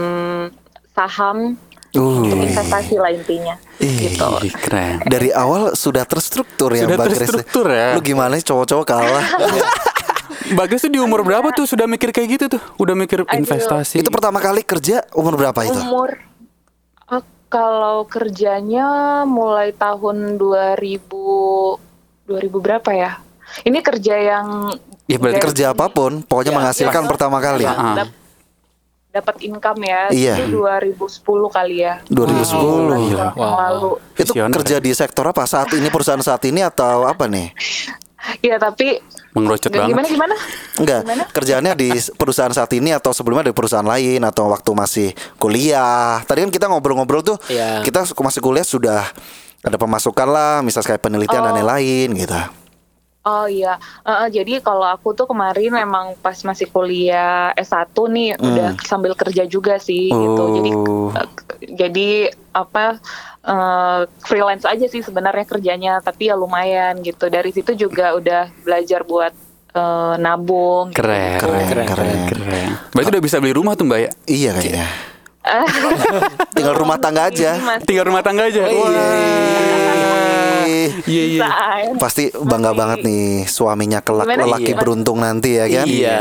Speaker 4: saham
Speaker 1: Uh.
Speaker 4: untuk investasi lah intinya. Gitu.
Speaker 1: Ih,
Speaker 2: Ih, keren.
Speaker 1: Dari awal sudah terstruktur ya
Speaker 2: Sudah
Speaker 1: Mbak Grace.
Speaker 2: terstruktur ya. Iya
Speaker 1: Lu gimana sih cowok-cowok kalah?
Speaker 2: Bagus tuh di umur berapa tuh sudah mikir kayak gitu tuh? Udah mikir investasi.
Speaker 1: itu pertama kali kerja umur berapa itu?
Speaker 4: Umur eh, kalau kerjanya mulai tahun 2000 2000 berapa ya? Ini kerja yang
Speaker 2: Ya, berarti
Speaker 4: gaji-
Speaker 1: Kerja apapun, pokoknya
Speaker 3: Ya,
Speaker 1: menghasilkan
Speaker 4: iya.
Speaker 1: pertama kali.
Speaker 4: Dap-
Speaker 2: Ah.
Speaker 4: dap- dapat income ya.
Speaker 1: Iya.
Speaker 4: Itu 2010 kali ya. Iya,
Speaker 1: 2010.
Speaker 4: Tahun
Speaker 2: Gila.
Speaker 3: Wow.
Speaker 4: Lalu.
Speaker 1: Itu
Speaker 2: Visioner
Speaker 1: kerja di sektor apa? Saat ini perusahaan saat ini atau apa nih?
Speaker 4: Iya, tapi
Speaker 2: Mengerucut
Speaker 4: gimana
Speaker 2: banget.
Speaker 4: gimana?
Speaker 1: Enggak,
Speaker 4: Gimana?
Speaker 1: kerjaannya di s- perusahaan saat ini atau sebelumnya di perusahaan lain atau waktu masih kuliah. Tadi kan kita ngobrol-ngobrol tuh,
Speaker 3: Iya.
Speaker 1: kita su- masih kuliah sudah ada pemasukan lah, misal kayak penelitian dan lain-lain gitu.
Speaker 4: Oh iya, Eh, eh, jadi kalau aku tuh kemarin memang pas masih kuliah S1 nih udah sambil kerja juga sih gitu. Jadi
Speaker 1: Hmm. Oh.
Speaker 4: eh, k- jadi apa eh, freelance aja sih sebenarnya kerjanya, tapi ya lumayan gitu. Dari situ juga udah belajar buat eh, nabung. gitu.
Speaker 2: Keren.
Speaker 1: Keren, keren,
Speaker 3: Keren, keren,
Speaker 2: Keren. Berarti udah bisa beli rumah tuh Mbak ya?
Speaker 1: Iya kayaknya.
Speaker 4: Eh,
Speaker 1: Tinggal rumah tangga aja.
Speaker 4: ini masih-
Speaker 3: Oh, iya,
Speaker 2: Tinggal rumah tangga aja. Wah.
Speaker 1: Wih. pasti
Speaker 2: Iya iya.
Speaker 4: Bisa.
Speaker 1: pasti bangga banget nih suaminya kelak
Speaker 4: Gimana?
Speaker 1: lelaki
Speaker 3: Iya.
Speaker 1: beruntung nanti ya kan?
Speaker 3: Iya.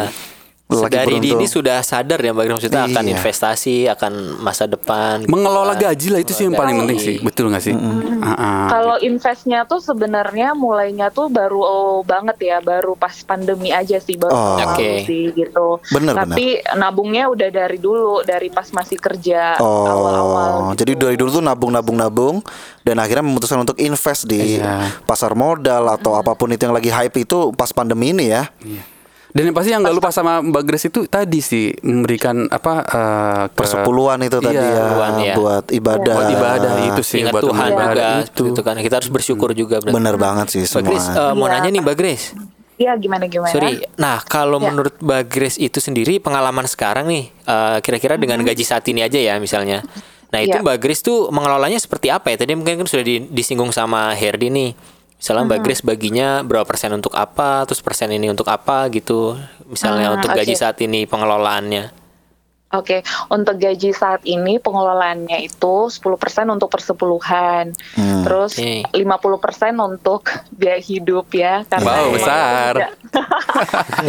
Speaker 1: Lelaki
Speaker 3: Dari
Speaker 1: beruntung.
Speaker 3: dini sudah sadar ya Mbak Grim maksudnya akan
Speaker 1: Iya.
Speaker 3: investasi, akan masa depan. gitu
Speaker 2: Mengelola
Speaker 3: kan.
Speaker 2: gaji lah itu sih yang
Speaker 3: Mengelola
Speaker 2: paling penting
Speaker 3: gaji.
Speaker 2: sih, betul nggak sih? Ah, ah.
Speaker 4: Kalau
Speaker 1: gitu.
Speaker 4: investnya tuh sebenarnya mulainya tuh baru oh, banget ya, baru pas pandemi aja sih baru
Speaker 1: Oh.
Speaker 4: awal
Speaker 3: Oke.
Speaker 4: sih gitu.
Speaker 1: Bener,
Speaker 4: Tapi nabungnya udah dari dulu, dari pas masih kerja awal-awal. gitu.
Speaker 1: Oh, jadi dari dulu tuh nabung nabung nabung dan akhirnya memutuskan untuk invest di
Speaker 2: Iya.
Speaker 1: pasar modal atau apapun itu yang lagi hype itu pas pandemi ini ya.
Speaker 2: Iya. Dan yang pasti yang nggak lupa sama Mbak Grace itu tadi sih memberikan apa eh, ke-
Speaker 1: Persepuluhan itu tadi
Speaker 2: Iya,
Speaker 1: ya,
Speaker 3: Persepuluhan, iya.
Speaker 1: buat ibadah.
Speaker 2: buat ibadah itu sih
Speaker 3: Ingat
Speaker 2: buat
Speaker 3: Tuhan juga
Speaker 2: ibadah itu.
Speaker 3: gitu kan. Kita harus bersyukur juga berarti.
Speaker 1: Bener banget sih
Speaker 3: Mbak
Speaker 1: semua.
Speaker 3: Grace,
Speaker 2: Oh.
Speaker 3: eh, mau nanya nih Mbak Grace.
Speaker 4: Iya gimana gimana?
Speaker 3: Sorry. Nah, kalau menurut Mbak Grace itu sendiri pengalaman sekarang nih, eh, kira-kira dengan gaji saat ini aja ya misalnya. Nah, itu
Speaker 4: Iya.
Speaker 3: Mbak Grace tuh mengelolanya seperti apa ya? Tadi mungkin kan sudah di- disinggung sama Herdi nih. Misalnya Mbak Grace baginya berapa persen untuk apa, terus persen ini untuk apa gitu. Misalnya
Speaker 4: Hmm,
Speaker 3: untuk gaji
Speaker 4: oke.
Speaker 3: saat ini pengelolaannya.
Speaker 4: Oke, untuk gaji saat ini pengelolaannya itu 10% untuk persepuluhan.
Speaker 1: Hmm.
Speaker 4: Terus
Speaker 3: oke.
Speaker 4: 50% untuk biaya hidup ya karena
Speaker 2: Wow,
Speaker 4: emang
Speaker 2: besar.
Speaker 4: udah-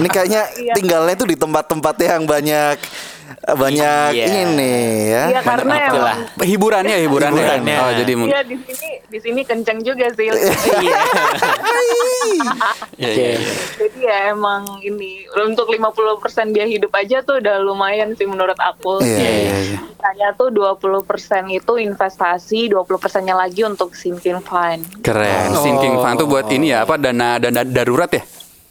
Speaker 1: Ini kayaknya
Speaker 4: Iya.
Speaker 1: tinggalnya tuh di tempat-tempat yang banyak banyak
Speaker 3: Iya.
Speaker 1: ini ya.
Speaker 4: Iya karena
Speaker 3: Mantap
Speaker 4: emang
Speaker 3: lah.
Speaker 2: Hiburannya hiburannya.
Speaker 3: Hiburannya.
Speaker 2: Oh, jadi mungkin
Speaker 4: Iya di sini di sini kenceng juga sih.
Speaker 3: Iya, iya, iya.
Speaker 4: Jadi ya emang ini untuk 50% biaya hidup aja tuh udah lumayan sih menurut aku.
Speaker 1: Iya,
Speaker 2: iya, iya.
Speaker 4: Sisanya tuh 20% itu investasi, 20%-nya lagi untuk sinking fund.
Speaker 2: keren.
Speaker 3: Oh.
Speaker 2: Sinking fund tuh buat ini ya apa dana dana darurat ya?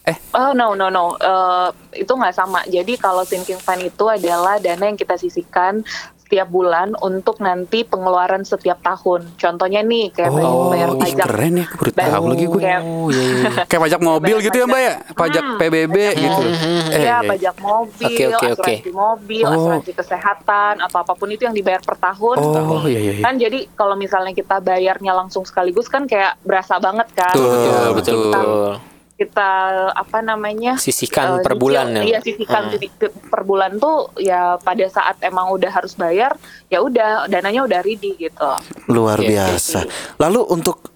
Speaker 2: Eh,
Speaker 4: Oh no no no, Eh, itu nggak sama. Jadi kalau sinking fund itu adalah dana yang kita sisihkan setiap bulan untuk nanti pengeluaran setiap tahun. Contohnya nih kayak bayar, bayar
Speaker 2: oh, ih,
Speaker 4: pajak.
Speaker 2: keren ya, baru
Speaker 4: Bayar-
Speaker 2: tahu lagi gue.
Speaker 4: kayak-
Speaker 3: Oh, iya,
Speaker 2: Kayak pajak mobil gitu ya, Mbak ya? Pajak PBB gitu. Eh,
Speaker 4: ya, Hmm. pajak mobil,
Speaker 3: Oke, oke, oke.
Speaker 4: asuransi mobil,
Speaker 2: Oh.
Speaker 4: asuransi kesehatan, atau apapun itu yang dibayar per tahun.
Speaker 2: Oh, iya iya. iya.
Speaker 4: Kan jadi kalau misalnya kita bayarnya langsung sekaligus kan kayak berasa banget kan.
Speaker 2: Betul,
Speaker 4: Kita-
Speaker 3: betul, betul.
Speaker 4: Kita apa namanya?
Speaker 3: Sisihkan
Speaker 4: eh,
Speaker 3: per
Speaker 4: cicil.
Speaker 3: bulan ya?
Speaker 4: Iya, sisihkan titik- per bulan tuh ya pada saat emang udah harus bayar, ya udah dananya udah ready gitu.
Speaker 1: Luar
Speaker 3: Oke, oke.
Speaker 1: biasa. Lalu untuk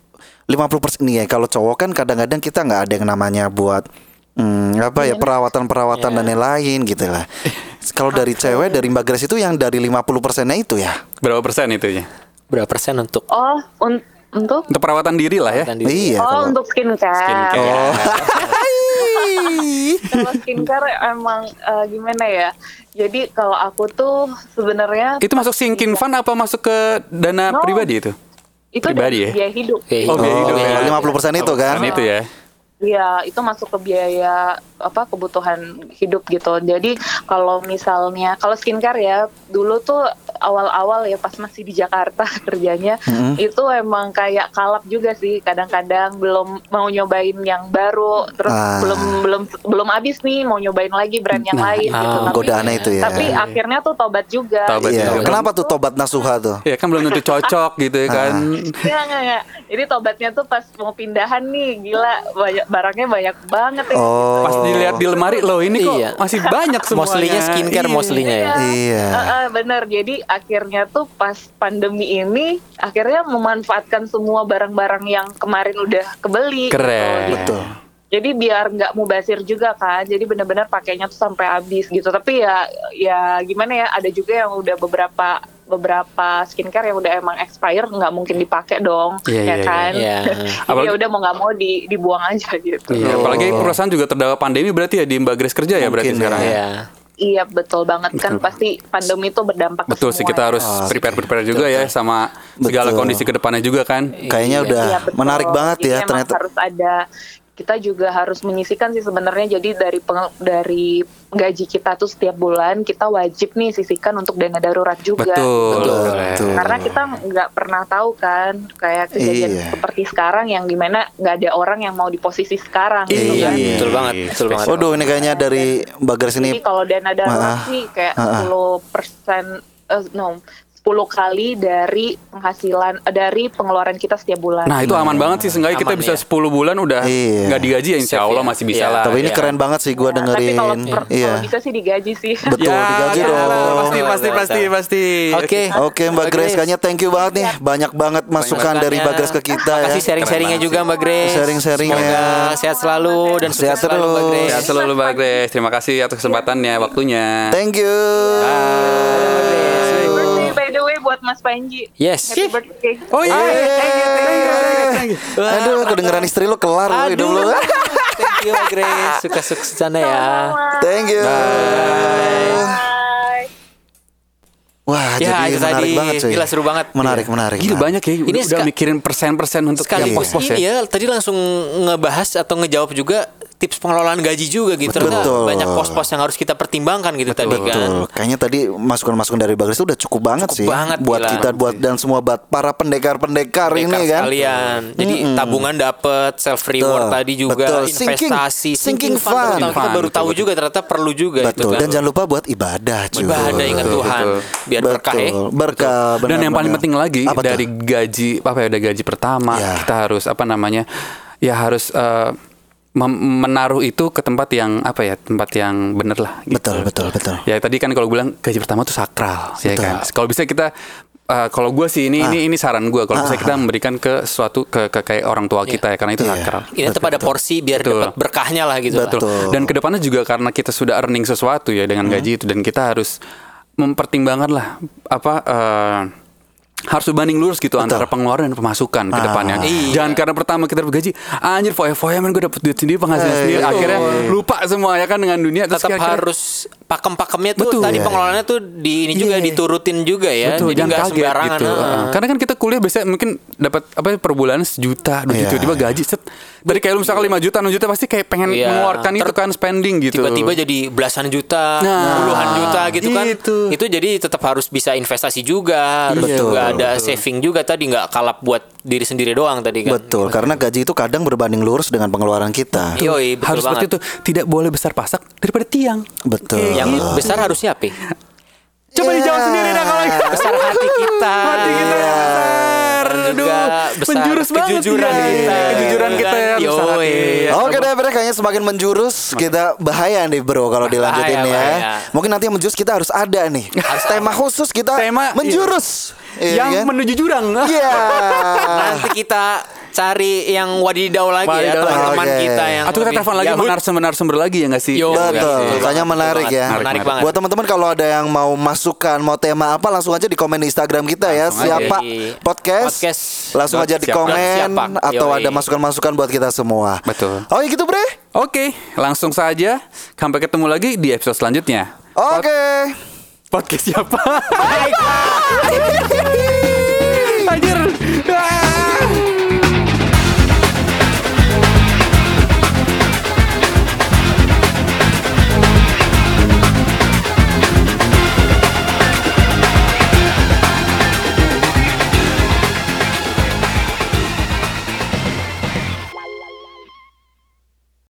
Speaker 1: 50% nih ya kalau cowok kan kadang-kadang kita nggak ada yang namanya buat hmm, apa ya
Speaker 4: Iya.
Speaker 1: perawatan-perawatan dan lain-lain gitu lah. Kalau dari cewek dari Mbak Grace itu yang dari 50%-nya itu ya.
Speaker 2: Berapa persen itu ya?
Speaker 3: Berapa persen untuk
Speaker 4: Oh, un- untuk
Speaker 2: Untuk perawatan diri lah ya.
Speaker 3: Tadi-
Speaker 1: Iya.
Speaker 4: Oh,
Speaker 1: kalau-
Speaker 4: untuk skincare.
Speaker 2: Skincare.
Speaker 1: Oh.
Speaker 4: kalau skincare emang eh, gimana ya? Jadi kalau aku tuh sebenarnya
Speaker 2: Itu masuk sinking fund apa masuk ke dana
Speaker 4: No. Iya.
Speaker 2: pribadi itu?
Speaker 4: itu
Speaker 2: pribadi
Speaker 4: dari
Speaker 2: ya?
Speaker 4: biaya hidup.
Speaker 3: Biaya
Speaker 2: Oh,
Speaker 3: hidup.
Speaker 2: biaya hidup
Speaker 1: iya.
Speaker 2: ya.
Speaker 1: 50% itu kan.
Speaker 2: itu ya.
Speaker 4: Iya, itu masuk ke biaya apa kebutuhan hidup gitu. Jadi kalau misalnya kalau skincare ya dulu tuh awal-awal ya pas masih di Jakarta kerjanya
Speaker 1: Mm-hmm.
Speaker 4: itu emang kayak kalap juga sih. Kadang-kadang belum mau nyobain yang baru, terus
Speaker 1: Ah.
Speaker 4: belum belum belum habis nih mau nyobain lagi brand yang lain gitu.
Speaker 3: ah,
Speaker 4: Tapi-
Speaker 1: Godaannya itu ya.
Speaker 4: Tapi akhirnya tuh tobat juga.
Speaker 2: Iya. Tobat
Speaker 1: Iya.
Speaker 2: juga.
Speaker 1: Kenapa tuh tobat nasuha tuh?
Speaker 2: Ya kan belum tentu cocok gitu
Speaker 1: Nah.
Speaker 2: ya kan.
Speaker 4: Enggak, enggak, enggak. Iya, Jadi tobatnya tuh pas mau pindahan nih, gila banyak barangnya banyak banget ya.
Speaker 1: Oh.
Speaker 2: Pas dilihat di lemari loh ini kok
Speaker 3: Iya.
Speaker 2: masih banyak semuanya.
Speaker 3: Mostly-nya skincare,
Speaker 2: Iya.
Speaker 3: mostly-nya ya.
Speaker 1: Iya.
Speaker 4: Eh, eh, bener. Jadi akhirnya tuh pas pandemi ini akhirnya memanfaatkan semua barang-barang yang kemarin udah kebeli. gitu.
Speaker 2: Keren.
Speaker 4: Jadi-
Speaker 1: Betul.
Speaker 4: Jadi biar nggak mubasir juga kan. Jadi bener-bener pakainya tuh sampai habis gitu. Tapi ya ya gimana ya? Ada juga yang udah beberapa beberapa skincare yang udah emang expire nggak mungkin dipakai dong,
Speaker 2: Iya,
Speaker 4: ya
Speaker 2: iya,
Speaker 4: kan?
Speaker 3: iya.
Speaker 4: Jadi
Speaker 2: Apalagi-
Speaker 4: ya udah mau nggak mau di, dibuang aja gitu.
Speaker 2: Iya, apalagi perusahaan juga terdampak pandemi berarti ya di Mbak Grace kerja ya berarti
Speaker 1: Mungkin
Speaker 2: sekarang ya.
Speaker 3: Iya.
Speaker 4: Iya betul banget kan pasti pandemi itu berdampak
Speaker 2: Betul
Speaker 4: ke ya.
Speaker 2: sih kita harus
Speaker 1: Oke.
Speaker 2: prepare-prepare juga ya sama segala
Speaker 1: Betul.
Speaker 2: kondisi kedepannya juga kan.
Speaker 1: Kayaknya
Speaker 3: Iya.
Speaker 1: udah
Speaker 4: Iya, betul.
Speaker 1: menarik banget
Speaker 4: Jadi
Speaker 1: ya
Speaker 4: emang
Speaker 1: ternyata.
Speaker 4: harus ada kita juga harus menyisihkan sih sebenarnya jadi dari peng- dari gaji kita tuh setiap bulan kita wajib nih sisihkan untuk dana darurat juga. Gitu.
Speaker 2: Betul.
Speaker 1: Betul. Betul.
Speaker 4: Karena kita nggak pernah tahu kan kayak kejadian
Speaker 1: Iya.
Speaker 4: seperti sekarang yang dimana nggak ada orang yang mau di posisi sekarang gitu
Speaker 3: Iya,
Speaker 4: kan.
Speaker 1: Iya.
Speaker 3: betul banget, betul banget.
Speaker 1: Waduh ini kayaknya dari Mbak Grace ini
Speaker 4: Jadi kalau dana darurat
Speaker 1: Ah.
Speaker 4: sih kayak
Speaker 1: Ah, ah.
Speaker 4: 10% eh, no 10% kali dari penghasilan eh, dari pengeluaran kita setiap bulan.
Speaker 2: Nah itu aman banget sih, seenggaknya kita
Speaker 3: Aman,
Speaker 2: bisa
Speaker 3: ya.
Speaker 2: 10 bulan udah
Speaker 1: Iya.
Speaker 2: nggak digaji ya
Speaker 3: Safe
Speaker 2: insya Allah
Speaker 3: ya.
Speaker 2: masih bisa
Speaker 3: Iya.
Speaker 2: lah.
Speaker 1: Tapi ini
Speaker 3: Iya.
Speaker 1: keren banget sih
Speaker 4: Ya,
Speaker 1: gua
Speaker 4: Tapi
Speaker 1: dengerin.
Speaker 4: kalau, per-
Speaker 1: Iya.
Speaker 4: kalau bisa sih digaji sih.
Speaker 1: Betul
Speaker 2: Ya,
Speaker 1: digaji
Speaker 2: ya,
Speaker 1: dong.
Speaker 2: Pasti, pasti, pasti, pasti.
Speaker 3: Oke.
Speaker 1: Oke Mbak
Speaker 2: Iya, Oke.
Speaker 1: Grace, kayaknya thank you banget nih. Banyak banget masukan dari Mbak Grace ke kita ya.
Speaker 3: Kasih sharing-sharingnya
Speaker 2: Keren
Speaker 3: juga
Speaker 2: banget
Speaker 3: Mbak Grace.
Speaker 1: Sharing-sharingnya.
Speaker 3: Semoga sehat selalu dan
Speaker 1: Sehat
Speaker 3: sukses selalu Mbak
Speaker 1: terus.
Speaker 3: Grace.
Speaker 2: Sehat selalu Mbak Grace. Terima kasih atas kesempatannya, waktunya.
Speaker 1: Thank you.
Speaker 4: Happy birthday by the way buat Mas Panji.
Speaker 3: Yes.
Speaker 4: Happy birthday.
Speaker 2: Oh iya,
Speaker 1: Yeay. Aduh, kedengeran istri lo kelar lo hidup lo.
Speaker 3: Thank you Mbak Grace. Sukses sukses sana ya.
Speaker 1: Thank you.
Speaker 4: Bye.
Speaker 1: Wah,
Speaker 3: Ya,
Speaker 1: jadi
Speaker 3: itu
Speaker 1: menarik
Speaker 3: tadi.
Speaker 1: banget cuy.
Speaker 3: Gila, seru banget.
Speaker 1: Menarik,
Speaker 3: Iya.
Speaker 1: menarik.
Speaker 2: Gila
Speaker 1: menarik.
Speaker 2: banyak ya.
Speaker 3: Ini
Speaker 2: Ini udah
Speaker 3: seka-
Speaker 2: mikirin persen-persen untuk
Speaker 3: Sekali
Speaker 2: yang pos-pos
Speaker 3: ini
Speaker 2: ya.
Speaker 3: ya tadi langsung ngebahas atau ngejawab juga tips pengelolaan gaji juga gitu.
Speaker 1: Betul.
Speaker 3: Ternyata
Speaker 1: Betul.
Speaker 3: banyak pos-pos yang harus kita pertimbangkan gitu tadi kan.
Speaker 1: Betul. Kayaknya tadi masukan-masukan dari Bagas itu udah cukup banget
Speaker 3: Cukup
Speaker 1: sih.
Speaker 3: banget,
Speaker 1: buat
Speaker 3: gila.
Speaker 1: kita buat dan semua buat para pendekar-pendekar ini
Speaker 3: Dekat
Speaker 1: kan.
Speaker 3: sekalian. Jadi tabungan dapat self reward
Speaker 1: Betul.
Speaker 3: tadi juga
Speaker 1: Betul. Sinking-
Speaker 3: investasi,
Speaker 1: sinking fund.
Speaker 3: Ternyata Kita
Speaker 2: Fund,
Speaker 3: baru
Speaker 2: betul,
Speaker 3: tahu
Speaker 2: betul.
Speaker 3: juga ternyata perlu juga itu
Speaker 1: Betul.
Speaker 3: kan.
Speaker 1: Dan jangan lupa buat ibadah cuy.
Speaker 3: ibadah ingat
Speaker 2: Betul,
Speaker 3: Tuhan
Speaker 2: betul.
Speaker 3: biar
Speaker 1: Betul.
Speaker 3: berkah ya.
Speaker 1: Berkah.
Speaker 2: Dan yang paling
Speaker 1: benar-benar.
Speaker 2: penting lagi
Speaker 1: Apa tuh?
Speaker 2: dari gaji apa ya dari gaji pertama
Speaker 1: Ya.
Speaker 2: kita harus apa namanya ya harus eh, mem- menaruh itu ke tempat yang apa ya tempat yang bener lah. gitu.
Speaker 1: Betul, betul, betul.
Speaker 3: Iya,
Speaker 2: Ya tadi kan kalau gue bilang gaji pertama tuh sakral,
Speaker 1: Betul. Ah.
Speaker 2: ya kan. Kalau bisa kita eh, kalau gue sih ini ini ini saran gue kalau bisa kita memberikan ke suatu ke, ke kayak orang tua kita ya karena itu
Speaker 1: Iya.
Speaker 2: sakral.
Speaker 3: Ini tetap ada porsi biar
Speaker 2: Betul.
Speaker 3: dapat berkahnya lah gitu. lah.
Speaker 1: Betul. Hmm.
Speaker 2: Dan kedepannya juga karena kita sudah earning sesuatu ya dengan gaji itu dan kita harus mempertimbangkan lah apa eh, harus berbanding lurus gitu antara pengeluaran dan pemasukan
Speaker 1: Ah.
Speaker 2: ke depannya.
Speaker 3: Iya.
Speaker 2: Jangan karena pertama kita bergaji, anjir foya-foya men gue dapet duit sendiri, penghasilan
Speaker 1: Eh,
Speaker 2: sendiri,
Speaker 1: betul.
Speaker 2: akhirnya lupa semua ya kan dengan dunia Terus
Speaker 3: Tetap
Speaker 2: akhirnya-
Speaker 3: harus pakem-pakemnya tuh
Speaker 2: Betul.
Speaker 3: tadi
Speaker 2: Iya.
Speaker 3: pengelolaannya tuh di ini
Speaker 1: Iya,
Speaker 3: juga diturutin juga ya.
Speaker 2: Betul,
Speaker 3: Jadi
Speaker 2: jangan
Speaker 3: nggak
Speaker 2: kaget
Speaker 3: sembarangan.
Speaker 2: gitu.
Speaker 3: ah.
Speaker 2: Karena kan kita kuliah biasanya mungkin dapat apa per bulan sejuta, dua
Speaker 1: Iya,
Speaker 2: juta, tiba
Speaker 1: iya.
Speaker 2: gaji set. Dari kayak lu misalkan 5 juta, 6 juta pasti kayak pengen
Speaker 3: Iya.
Speaker 2: mengeluarkan itu
Speaker 3: Ter-
Speaker 2: kan spending gitu.
Speaker 3: tiba-tiba jadi belasan juta,
Speaker 2: Nah,
Speaker 3: puluhan juta gitu kan.
Speaker 2: itu.
Speaker 3: Itu jadi tetap harus bisa investasi juga, harus
Speaker 1: Iya, Betul,
Speaker 3: juga ada saving juga tadi nggak kalap buat diri sendiri doang tadi kan.
Speaker 1: Betul, karena gaji itu kadang berbanding lurus dengan pengeluaran kita.
Speaker 3: Yoi, betul
Speaker 2: harus
Speaker 3: banget.
Speaker 2: seperti itu. Tidak boleh besar pasak daripada tiang.
Speaker 1: Betul.
Speaker 3: Iya, Yang besar harus siapa?
Speaker 2: Coba
Speaker 1: Iya.
Speaker 2: dijawab sendiri dah kalau
Speaker 3: Besar hati kita. Iya.
Speaker 2: Hati kita yang besar.
Speaker 3: Dan
Speaker 2: Aduh,
Speaker 3: juga besar
Speaker 2: menjurus banget
Speaker 3: kejujuran
Speaker 2: ya.
Speaker 3: kita. Iya.
Speaker 2: Kejujuran kita yang
Speaker 3: Yoi.
Speaker 2: besar hati.
Speaker 1: Oke deh, Bre, kayaknya semakin menjurus kita bahaya nih bro kalau dilanjutin
Speaker 3: Bahaya,
Speaker 1: ya.
Speaker 3: bahaya.
Speaker 1: Mungkin nanti yang menjurus kita harus ada nih. tema khusus kita
Speaker 2: Tema,
Speaker 1: menjurus. Iya
Speaker 2: yang
Speaker 1: kan?
Speaker 2: menuju jurang.
Speaker 1: Iya.
Speaker 3: Nanti kita cari yang wadidau lagi ya
Speaker 2: Wadidau.
Speaker 3: teman-teman
Speaker 1: Oke.
Speaker 3: kita yang
Speaker 2: Atau kita
Speaker 3: lebih
Speaker 2: telepon lagi sama
Speaker 3: yahut.
Speaker 2: narasumber-narasumber lagi ya nggak sih?
Speaker 3: Yo.
Speaker 1: Betul,
Speaker 2: Ya.
Speaker 3: Betul
Speaker 1: kayaknya
Speaker 3: banget,
Speaker 1: menarik
Speaker 3: betul
Speaker 1: ya.
Speaker 3: banget, menarik banget.
Speaker 1: Buat teman-teman kalau ada yang mau masukan, mau tema apa langsung aja di komen di Instagram kita ya.
Speaker 2: Langsung aja.
Speaker 1: Siapa
Speaker 3: Iya.
Speaker 1: podcast,
Speaker 3: Podcast.
Speaker 1: langsung aja di
Speaker 2: Siapa?
Speaker 1: komen
Speaker 3: Siapa?
Speaker 1: atau
Speaker 3: Yoi.
Speaker 1: ada masukan-masukan buat kita semua.
Speaker 2: Betul.
Speaker 1: Oh, ya gitu, Bre.
Speaker 2: Oke, langsung saja. Sampai ketemu lagi di episode selanjutnya.
Speaker 1: Oke.
Speaker 2: Podcast siapa?
Speaker 1: Baiklah.